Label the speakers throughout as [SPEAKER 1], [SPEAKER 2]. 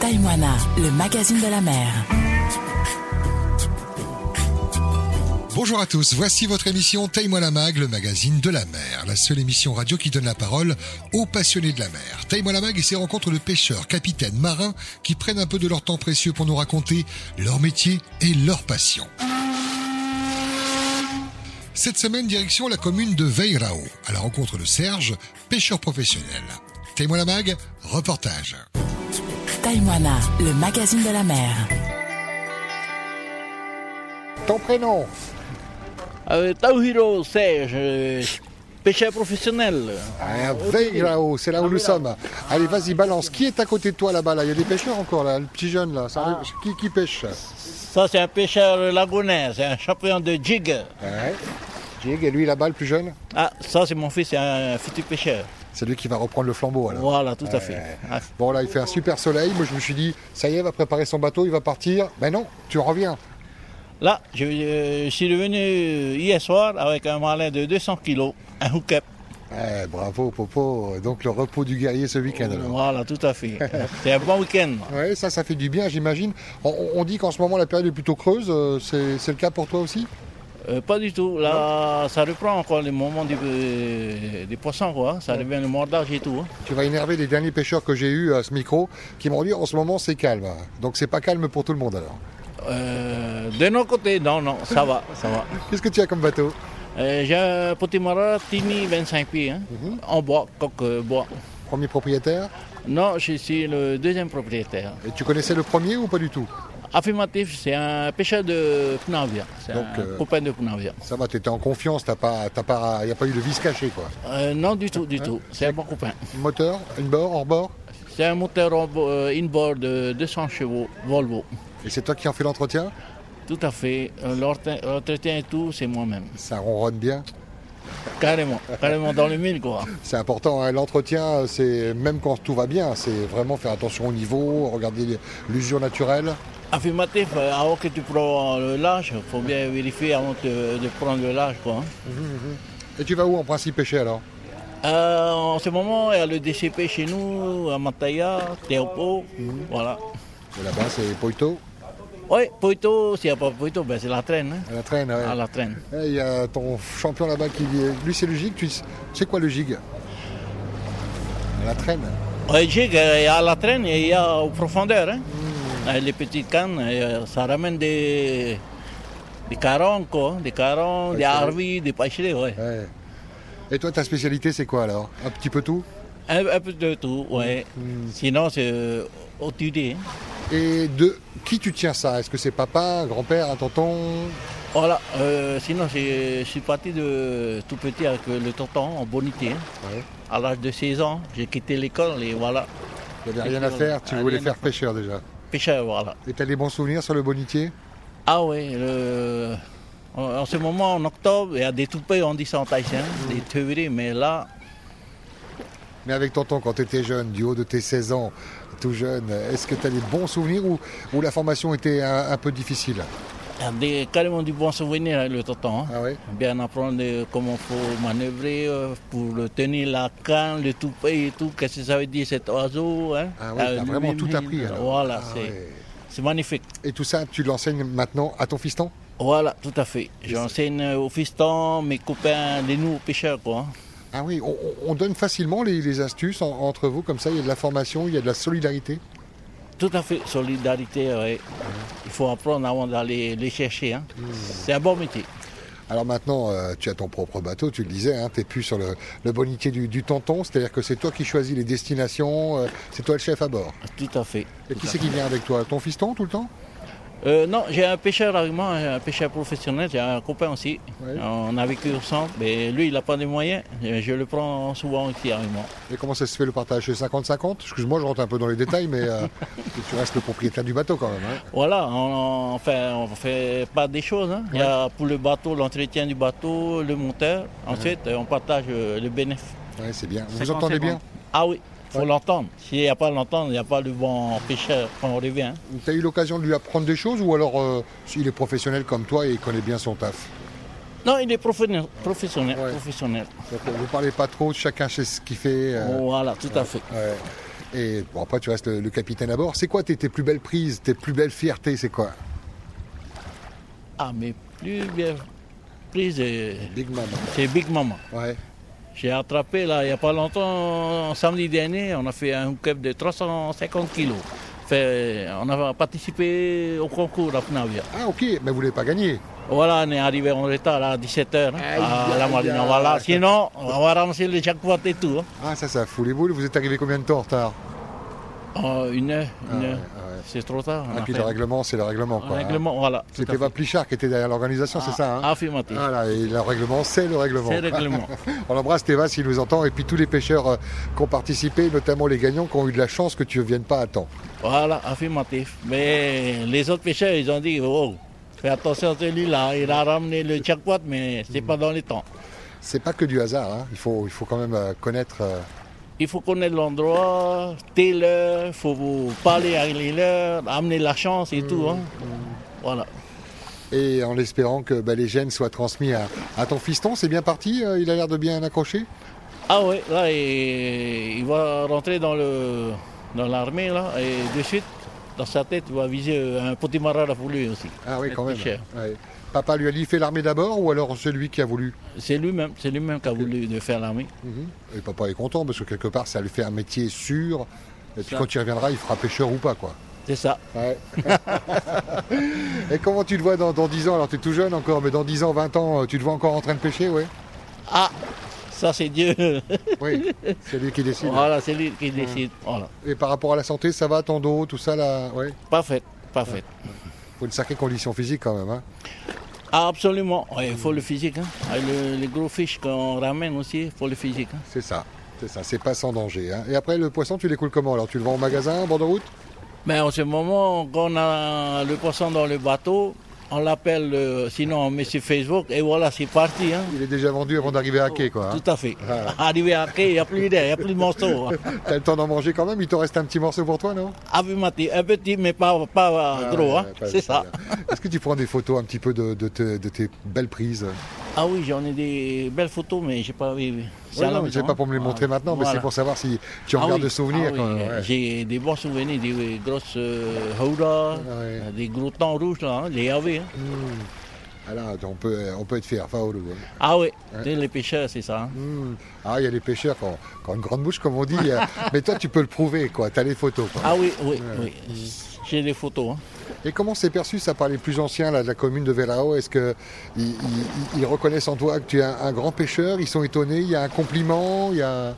[SPEAKER 1] Taïmoana, le magazine de la mer.
[SPEAKER 2] Bonjour à tous, voici votre émission Taille-moi la mag, le magazine de la mer, la seule émission radio qui donne la parole aux passionnés de la mer. Taille-moi la mag et ses rencontres de pêcheurs, capitaines, marins qui prennent un peu de leur temps précieux pour nous raconter leur métier et leur passion. Cette semaine, direction la commune de Veirao, à la rencontre de Serge, pêcheur professionnel. Taille-moi la mag, reportage.
[SPEAKER 1] Taïmoana, le magazine de la mer.
[SPEAKER 2] Ton prénom
[SPEAKER 3] Euh, Tauhiro Serge, euh, pêcheur professionnel.
[SPEAKER 2] Ah, Veirao, c'est là où nous sommes. Allez, vas-y, balance. Qui est à côté de toi là-bas là Il y a des pêcheurs encore là, le petit jeune là. Ça arrive- Qui, qui pêche
[SPEAKER 3] Ça, c'est un pêcheur lagonais, c'est un champion de jig.
[SPEAKER 2] Ouais. Jig, et lui là-bas, le plus jeune
[SPEAKER 3] Ah, ça, c'est mon fils, c'est un futur pêcheur.
[SPEAKER 2] C'est lui qui va reprendre le flambeau alors.
[SPEAKER 3] Voilà, tout à fait. Ah,
[SPEAKER 2] Bon là, il fait un super soleil. Moi, je me suis dit, ça y est, il va préparer son bateau, il va partir. Ben non, tu reviens.
[SPEAKER 3] Là, je, euh, je suis revenu euh, hier soir avec un malin de 200 kilos, un hook-up.
[SPEAKER 2] Eh, bravo, Popo. Donc le repos du guerrier ce week-end alors.
[SPEAKER 3] Voilà, tout à fait. c'est un bon week-end.
[SPEAKER 2] Ouais, ça, ça fait du bien, j'imagine. On, on dit qu'en ce moment, la période est plutôt creuse. Euh, C'est c'est le cas pour toi aussi
[SPEAKER 3] Euh, pas du tout. Là, ça reprend encore le moment du, euh, des poissons, quoi. Ça revient le mordage et tout. hein.
[SPEAKER 2] Tu vas énerver les derniers pêcheurs que j'ai eus à ce micro qui m'ont dit, en ce moment, c'est calme. Donc c'est pas calme pour tout le monde alors.
[SPEAKER 3] Euh, de nos côtés, non, non, ça va, ça va.
[SPEAKER 2] Qu'est-ce que tu as comme bateau
[SPEAKER 3] Euh, J'ai un petit marin Tini 25 pieds, hein,
[SPEAKER 2] Mhm.
[SPEAKER 3] en bois, coque euh, bois.
[SPEAKER 2] Premier propriétaire
[SPEAKER 3] Non, je suis le deuxième propriétaire.
[SPEAKER 2] Et tu connaissais le premier ou pas du tout
[SPEAKER 3] Affirmatif, c'est un pêcheur de Pnavia, c'est
[SPEAKER 2] Donc,
[SPEAKER 3] un
[SPEAKER 2] euh,
[SPEAKER 3] copain de Pnavia.
[SPEAKER 2] Ça va, t'étais en confiance, t'as pas, t'as pas, y a pas eu de vis caché quoi.
[SPEAKER 3] Euh, non, du tout,
[SPEAKER 2] Hein?
[SPEAKER 3] du tout, c'est un bon copain.
[SPEAKER 2] Moteur, une bord, hors bord
[SPEAKER 3] C'est un moteur en bo- euh, inboard de 200 chevaux, Volvo.
[SPEAKER 2] Et c'est toi qui en fais l'entretien
[SPEAKER 3] Tout à fait, Euh, l'entretien l'entretien et tout, c'est moi-même.
[SPEAKER 2] Ça ronronne bien.
[SPEAKER 3] Carrément, carrément dans le mille, quoi.
[SPEAKER 2] C'est important, hein, l'entretien, c'est même quand tout va bien, c'est vraiment faire attention au niveau, regarder l'usure naturelle.
[SPEAKER 3] Affirmatif, euh, avant que tu prends le large, il faut bien vérifier avant de, de prendre le large, quoi. hein.
[SPEAKER 2] Et tu vas où en principe pêcher alors
[SPEAKER 3] Euh, en ce moment, il y a le DCP chez nous, à Mataya, Théopo, voilà.
[SPEAKER 2] Et Là-bas, c'est Poito,
[SPEAKER 3] Oui, Poito, s'il n'y a pas Poito, ben c'est la traîne, hein,
[SPEAKER 2] à la traîne. ouais.
[SPEAKER 3] à la traîne.
[SPEAKER 2] Eh, Il y a ton champion là-bas qui dit, lui c'est le gig, tu sais c'est quoi le gig À la traîne.
[SPEAKER 3] Oui, jig, euh, il y a à la traîne et il y a aux profondeurs. hein. Euh, Les petites cannes, euh, ça ramène des, des carons, quoi, hein. des carons, des
[SPEAKER 2] Pêcherets.
[SPEAKER 3] harvis, des pêcherets, ouais.
[SPEAKER 2] Ouais. Et toi, ta spécialité, c'est quoi alors Un petit peu tout
[SPEAKER 3] Un, un peu de tout, ouais. Sinon, c'est euh, au tudier, hein.
[SPEAKER 2] Et de qui tu tiens ça Est-ce que c'est papa, grand-père, un tonton
[SPEAKER 3] Voilà, euh, sinon j'ai- je suis parti de tout petit avec euh, le tonton en bonité. hein.
[SPEAKER 2] Ouais.
[SPEAKER 3] À l'âge de 16 ans, j'ai quitté l'école et voilà,
[SPEAKER 2] Il n'y avait rien à faire, tu
[SPEAKER 3] Ah,
[SPEAKER 2] voulais
[SPEAKER 3] rien
[SPEAKER 2] faire
[SPEAKER 3] à
[SPEAKER 2] pêcheur déjà.
[SPEAKER 3] pêcheur, voilà.
[SPEAKER 2] Et t'as des bons souvenirs sur le bonitier
[SPEAKER 3] Ah oui, le- en, en ce moment, en octobre, il y a des toupets, on dit ça en thaïsien,
[SPEAKER 2] Mm.
[SPEAKER 3] des théories, mais là,
[SPEAKER 2] Mais avec tonton, quand t'étais jeune, du haut de tes 16 ans, tout jeune, est-ce que t'as des bons souvenirs ou, ou la formation était un, un peu difficile
[SPEAKER 3] il y a des- carrément du bon souvenir avec le tonton. hein.
[SPEAKER 2] Ah ouais
[SPEAKER 3] Bien apprendre euh, comment faut manœuvrer euh, pour euh, tenir la canne, le toupet et tout, qu'est-ce que ça veut dire cet oiseau. Hein.
[SPEAKER 2] Ah ouais, t'as
[SPEAKER 3] Euh,
[SPEAKER 2] vraiment
[SPEAKER 3] lui-
[SPEAKER 2] tout appris alors.
[SPEAKER 3] Voilà,
[SPEAKER 2] Ah
[SPEAKER 3] c'est
[SPEAKER 2] ouais.
[SPEAKER 3] c'est magnifique.
[SPEAKER 2] Et tout ça, tu l'enseignes maintenant à ton fiston
[SPEAKER 3] Voilà, tout à fait. J'enseigne aux fistons, mes copains, les nouveaux pêcheurs, quoi.
[SPEAKER 2] Ah oui, on, on donne facilement les, les astuces en- entre vous, comme ça, il y a de la formation, il y a de la solidarité.
[SPEAKER 3] Tout à fait, solidarité, ouais. Il faut apprendre avant d'aller les chercher, hein.
[SPEAKER 2] Hmm.
[SPEAKER 3] C'est un bon métier.
[SPEAKER 2] Alors maintenant, euh, tu as ton propre bateau, tu le disais, hein, t'es plus sur le, le bonitier du, du tonton, c'est-à-dire que c'est toi qui choisis les destinations, euh, c'est toi le chef à bord.
[SPEAKER 3] Tout à fait.
[SPEAKER 2] Et
[SPEAKER 3] tout
[SPEAKER 2] qui
[SPEAKER 3] à
[SPEAKER 2] c'est
[SPEAKER 3] fait.
[SPEAKER 2] qui vient avec toi Ton fiston tout le temps
[SPEAKER 3] Euh, non, j'ai un pêcheur avec moi, j'ai un pêcheur professionnel, j'ai un copain aussi.
[SPEAKER 2] Ouais.
[SPEAKER 3] On a vécu ensemble, mais lui, il n'a pas de moyens. Je je le prends souvent ici avec moi.
[SPEAKER 2] Et comment ça se fait le partage C'est 50-50 Excuse-moi, je rentre un peu dans les détails, mais euh, tu restes le propriétaire du bateau quand même. hein.
[SPEAKER 3] Voilà, on, on fait, on fait pas des choses. hein. Il y a pour le bateau, l'entretien du bateau, le monteur. Ensuite, euh, on partage euh, le bénéfice.
[SPEAKER 2] Ouais, c'est bien. Vous vous
[SPEAKER 3] 50,
[SPEAKER 2] entendez bien
[SPEAKER 3] 50. Ah oui, faut
[SPEAKER 2] Ouais.
[SPEAKER 3] l'entendre. S'il n'y a pas l'entendre, il n'y a pas le bon pêcheur quand on revient.
[SPEAKER 2] T'as eu l'occasion de lui apprendre des choses ou alors euh, il est professionnel comme toi et il connaît bien son taf
[SPEAKER 3] Non, il est professionnel, professionnel,
[SPEAKER 2] Ouais.
[SPEAKER 3] professionnel. Oh.
[SPEAKER 2] Donc, euh, Vous parlez pas trop, chacun sait ce qu'il fait. euh,
[SPEAKER 3] Voilà, tout à fait.
[SPEAKER 2] ouais. Et bon, après, tu restes le, le capitaine à bord. C'est quoi tes, tes plus belles prises, tes plus belles fiertés C'est quoi
[SPEAKER 3] Ah, mais plus bien prise, euh,
[SPEAKER 2] Big Mama.
[SPEAKER 3] c'est Big Mama.
[SPEAKER 2] Ouais.
[SPEAKER 3] J'ai attrapé là, il n'y a pas longtemps, samedi dernier, on a fait un hookup de 350 kilos. Fait, on a participé au concours à Pnavia.
[SPEAKER 2] Ah, ok, mais vous l'avez pas gagné.
[SPEAKER 3] Voilà, on est arrivé en retard à 17h à
[SPEAKER 2] Aïe,
[SPEAKER 3] Ah, la
[SPEAKER 2] aïe,
[SPEAKER 3] marina.
[SPEAKER 2] aïe.
[SPEAKER 3] Voilà, sinon, on va ramasser le jackpot et tout. hein.
[SPEAKER 2] Ah, ça, ça fout les boules. Vous êtes arrivé combien de temps en retard
[SPEAKER 3] En une heure, une
[SPEAKER 2] Ah,
[SPEAKER 3] heure.
[SPEAKER 2] ouais, ah ouais.
[SPEAKER 3] C'est trop tard. on
[SPEAKER 2] Et
[SPEAKER 3] a
[SPEAKER 2] puis
[SPEAKER 3] fait-
[SPEAKER 2] le règlement, c'est le règlement.
[SPEAKER 3] un
[SPEAKER 2] quoi, hein.
[SPEAKER 3] règlement, voilà. tout à
[SPEAKER 2] C'était
[SPEAKER 3] fait.
[SPEAKER 2] pas Plichard qui était derrière l'organisation, c'est ça hein
[SPEAKER 3] Ah, affirmatif.
[SPEAKER 2] Voilà, et le règlement, c'est le règlement.
[SPEAKER 3] C'est le règlement.
[SPEAKER 2] On embrasse Théva s'il nous entend, et puis tous les pêcheurs euh, qui ont participé, notamment les gagnants qui ont eu de la chance que tu ne viennes pas à temps.
[SPEAKER 3] Voilà, affirmatif. Mais les autres pêcheurs, ils ont dit, oh, fais attention à celui-là, il a ramené le jackpot, mais c'est pas dans les temps.
[SPEAKER 2] C'est pas que du hasard, hein. il, faut, il faut quand même euh, connaître. euh,
[SPEAKER 3] Il faut connaître l'endroit, telle l'heure, faut vous parler avec les leurs, amener la chance et tout. hein.
[SPEAKER 2] Mm,
[SPEAKER 3] Voilà.
[SPEAKER 2] et en espérant que bah, les gènes soient transmis à, à ton fiston, c'est bien parti, euh, il a l'air de bien accrocher.
[SPEAKER 3] Ah oui, là, il, il va rentrer dans le dans l'armée, là, et de suite, dans sa tête, il va viser un petit marin pour lui aussi.
[SPEAKER 2] Ah oui,
[SPEAKER 3] Le
[SPEAKER 2] quand même.
[SPEAKER 3] pêcheur.
[SPEAKER 2] ouais. Papa lui a dit fais l'armée d'abord ou alors c'est lui qui a voulu
[SPEAKER 3] C'est lui-même, c'est lui-même qui a voulu de faire l'armée.
[SPEAKER 2] Mhm. Et papa est content parce que quelque part ça lui fait un métier sûr. Et puis
[SPEAKER 3] Ça.
[SPEAKER 2] quand il reviendra, il fera pêcheur ou pas quoi.
[SPEAKER 3] C'est ça.
[SPEAKER 2] Ouais. Et comment tu te vois dans, dans 10 ans Alors tu es tout jeune encore, mais dans 10 ans, 20 ans, euh, tu te vois encore en train de pêcher, ouais
[SPEAKER 3] Ah, ça c'est Dieu.
[SPEAKER 2] Oui, c'est lui qui décide.
[SPEAKER 3] voilà, c'est lui qui décide. Voilà.
[SPEAKER 2] Et par rapport à la santé, ça va, ton dos, tout ça là Ouais.
[SPEAKER 3] Parfait, parfait.
[SPEAKER 2] Faut une sacrée condition physique quand même. Hein.
[SPEAKER 3] Ah, absolument. Ouais, Il faut le physique. Hein. Ah, le- les gros fiches qu'on ramène aussi, il faut le physique. hein.
[SPEAKER 2] C'est ça. C'est ça, c'est pas sans danger. hein. Et après, le poisson, tu l'écoules comment Alors, tu le vends au magasin, bord de route
[SPEAKER 3] Mais en ce moment, quand on a le poisson dans le bateau, on l'appelle, euh, sinon on met sur Facebook et voilà, c'est parti. hein.
[SPEAKER 2] Il est déjà vendu avant d'arriver à quai, quoi. hein.
[SPEAKER 3] Tout à fait. Arrivé à quai, il n'y a plus d'air, il n'y a plus de morceaux. hein.
[SPEAKER 2] T'as le temps d'en manger quand même, il te reste un petit morceau pour toi, non
[SPEAKER 3] Affirmatif, un petit, mais pas, pas
[SPEAKER 2] Ah,
[SPEAKER 3] gros.
[SPEAKER 2] ouais,
[SPEAKER 3] hein.
[SPEAKER 2] pas-
[SPEAKER 3] C'est ça.
[SPEAKER 2] Est-ce que tu prends des photos un petit peu de, de tes- de tes belles prises
[SPEAKER 3] Ah oui, j'en ai des belles photos, mais j'ai pas. oui, oui. C'est
[SPEAKER 2] Ouais,
[SPEAKER 3] à la
[SPEAKER 2] non, mais
[SPEAKER 3] maison,
[SPEAKER 2] c'est pas pour me les
[SPEAKER 3] hein.
[SPEAKER 2] montrer maintenant, mais
[SPEAKER 3] Voilà.
[SPEAKER 2] c'est pour savoir si tu en
[SPEAKER 3] Ah
[SPEAKER 2] gardes
[SPEAKER 3] oui,
[SPEAKER 2] de souvenirs.
[SPEAKER 3] ah oui,
[SPEAKER 2] quand même, ouais.
[SPEAKER 3] J'ai des bons souvenirs, des euh, grosses euh,
[SPEAKER 2] ouais.
[SPEAKER 3] houdas,
[SPEAKER 2] Mm.
[SPEAKER 3] euh, des gros temps rouges, là, hein, les AV. hein.
[SPEAKER 2] Ah là, on peut, on peut être fier. Enfin, au loup, hein.
[SPEAKER 3] Ah oui, tu sais, les pêcheurs, c'est ça. hein.
[SPEAKER 2] Hmm. Ah, il y a les pêcheurs qui ont, qui ont une grande bouche, comme on dit. euh, mais toi, tu peux le prouver, quoi. T'as les photos. quoi.
[SPEAKER 3] Ah oui, oui, oui. J'ai des photos. hein.
[SPEAKER 2] Et comment c'est perçu ça par les plus anciens là, de la commune de Vélao Est-ce que ils, ils- ils reconnaissent en toi que tu es un, un grand pêcheur Ils sont étonnés. Il y a un compliment. Il y a.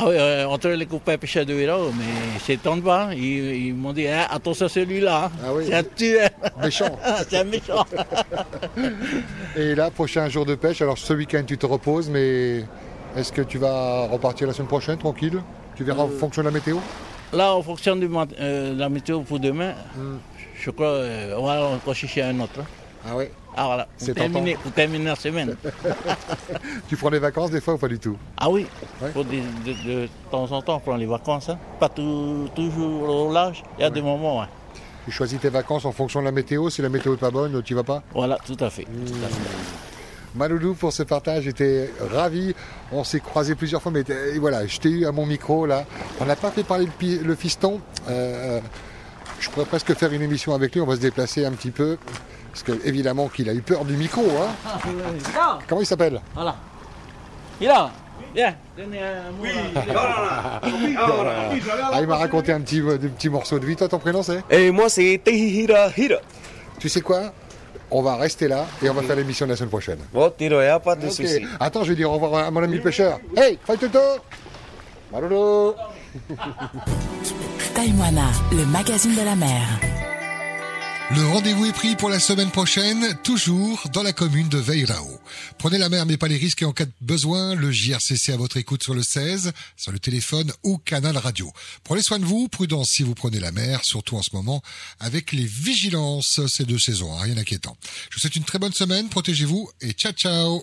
[SPEAKER 3] Ah oui, euh, entre les copains pêcheurs de Hérault, mais c'est en bas, ils, ils m'ont dit Ah, attention à celui-là, hein.
[SPEAKER 2] Ah oui.
[SPEAKER 3] c'est un tueur,
[SPEAKER 2] Méchant.
[SPEAKER 3] Ah, c'est un méchant.
[SPEAKER 2] Et là, prochain jour de pêche. Alors, ce week-end, tu te reposes, mais est-ce que tu vas repartir la semaine prochaine, tranquille Tu verras en fonction de la météo
[SPEAKER 3] Là, en fonction du mat- euh, de la météo pour demain,
[SPEAKER 2] Hmm.
[SPEAKER 3] je crois euh, voilà, on va chercher un autre. hein.
[SPEAKER 2] Ah ouais.
[SPEAKER 3] Ah voilà,
[SPEAKER 2] C'est
[SPEAKER 3] pour terminer, pour terminer la semaine.
[SPEAKER 2] Tu prends des vacances des fois ou pas du tout
[SPEAKER 3] Ah oui,
[SPEAKER 2] Ouais.
[SPEAKER 3] faut de, de- de temps en temps prendre les vacances. hein. Pas tout- toujours au large, il y a des moments. hein.
[SPEAKER 2] Tu choisis tes vacances en fonction de la météo. Si la météo est pas bonne, tu vas pas
[SPEAKER 3] Voilà, tout à fait. tout
[SPEAKER 2] Hmm.
[SPEAKER 3] à fait.
[SPEAKER 2] Maloulou pour ce partage, j'étais ravi. On s'est croisé plusieurs fois, mais euh, voilà, je t'ai eu à mon micro là. On n'a pas fait parler le, pi- le fiston. Euh, je pourrais presque faire une émission avec lui. On va se déplacer un petit peu, parce que évidemment qu'il a eu peur du micro. hein.
[SPEAKER 3] Ah,
[SPEAKER 2] Comment il s'appelle
[SPEAKER 3] voilà. Il a Viens, donnez un mot. à-
[SPEAKER 2] Ah, Il m'a raconté un petit, des petits morceaux de vie. Toi, ton prénom c'est
[SPEAKER 4] Et moi, c'est Tehira Hira.
[SPEAKER 2] Tu sais quoi On va rester là et on va faire l'émission de la semaine prochaine.
[SPEAKER 4] Bon, Tiro, e y a pas de
[SPEAKER 2] Ok.
[SPEAKER 4] souci.
[SPEAKER 2] Attends, je vais dire au revoir à mon ami pêcheur. Hey, fais Toto Maloulou
[SPEAKER 1] Taïwana, le magazine de la mer.
[SPEAKER 2] Le rendez-vous est pris pour la semaine prochaine, toujours dans la commune de Veirao. Prenez la mer mais pas les risques et en cas de besoin, le JRCC à votre écoute sur le 16, sur le téléphone ou canal radio. Prenez soin de vous, prudence si vous prenez la mer, surtout en ce moment, avec les vigilances ces deux saisons, hein, rien d'inquiétant. Je vous souhaite une très bonne semaine, protégez-vous et ciao ciao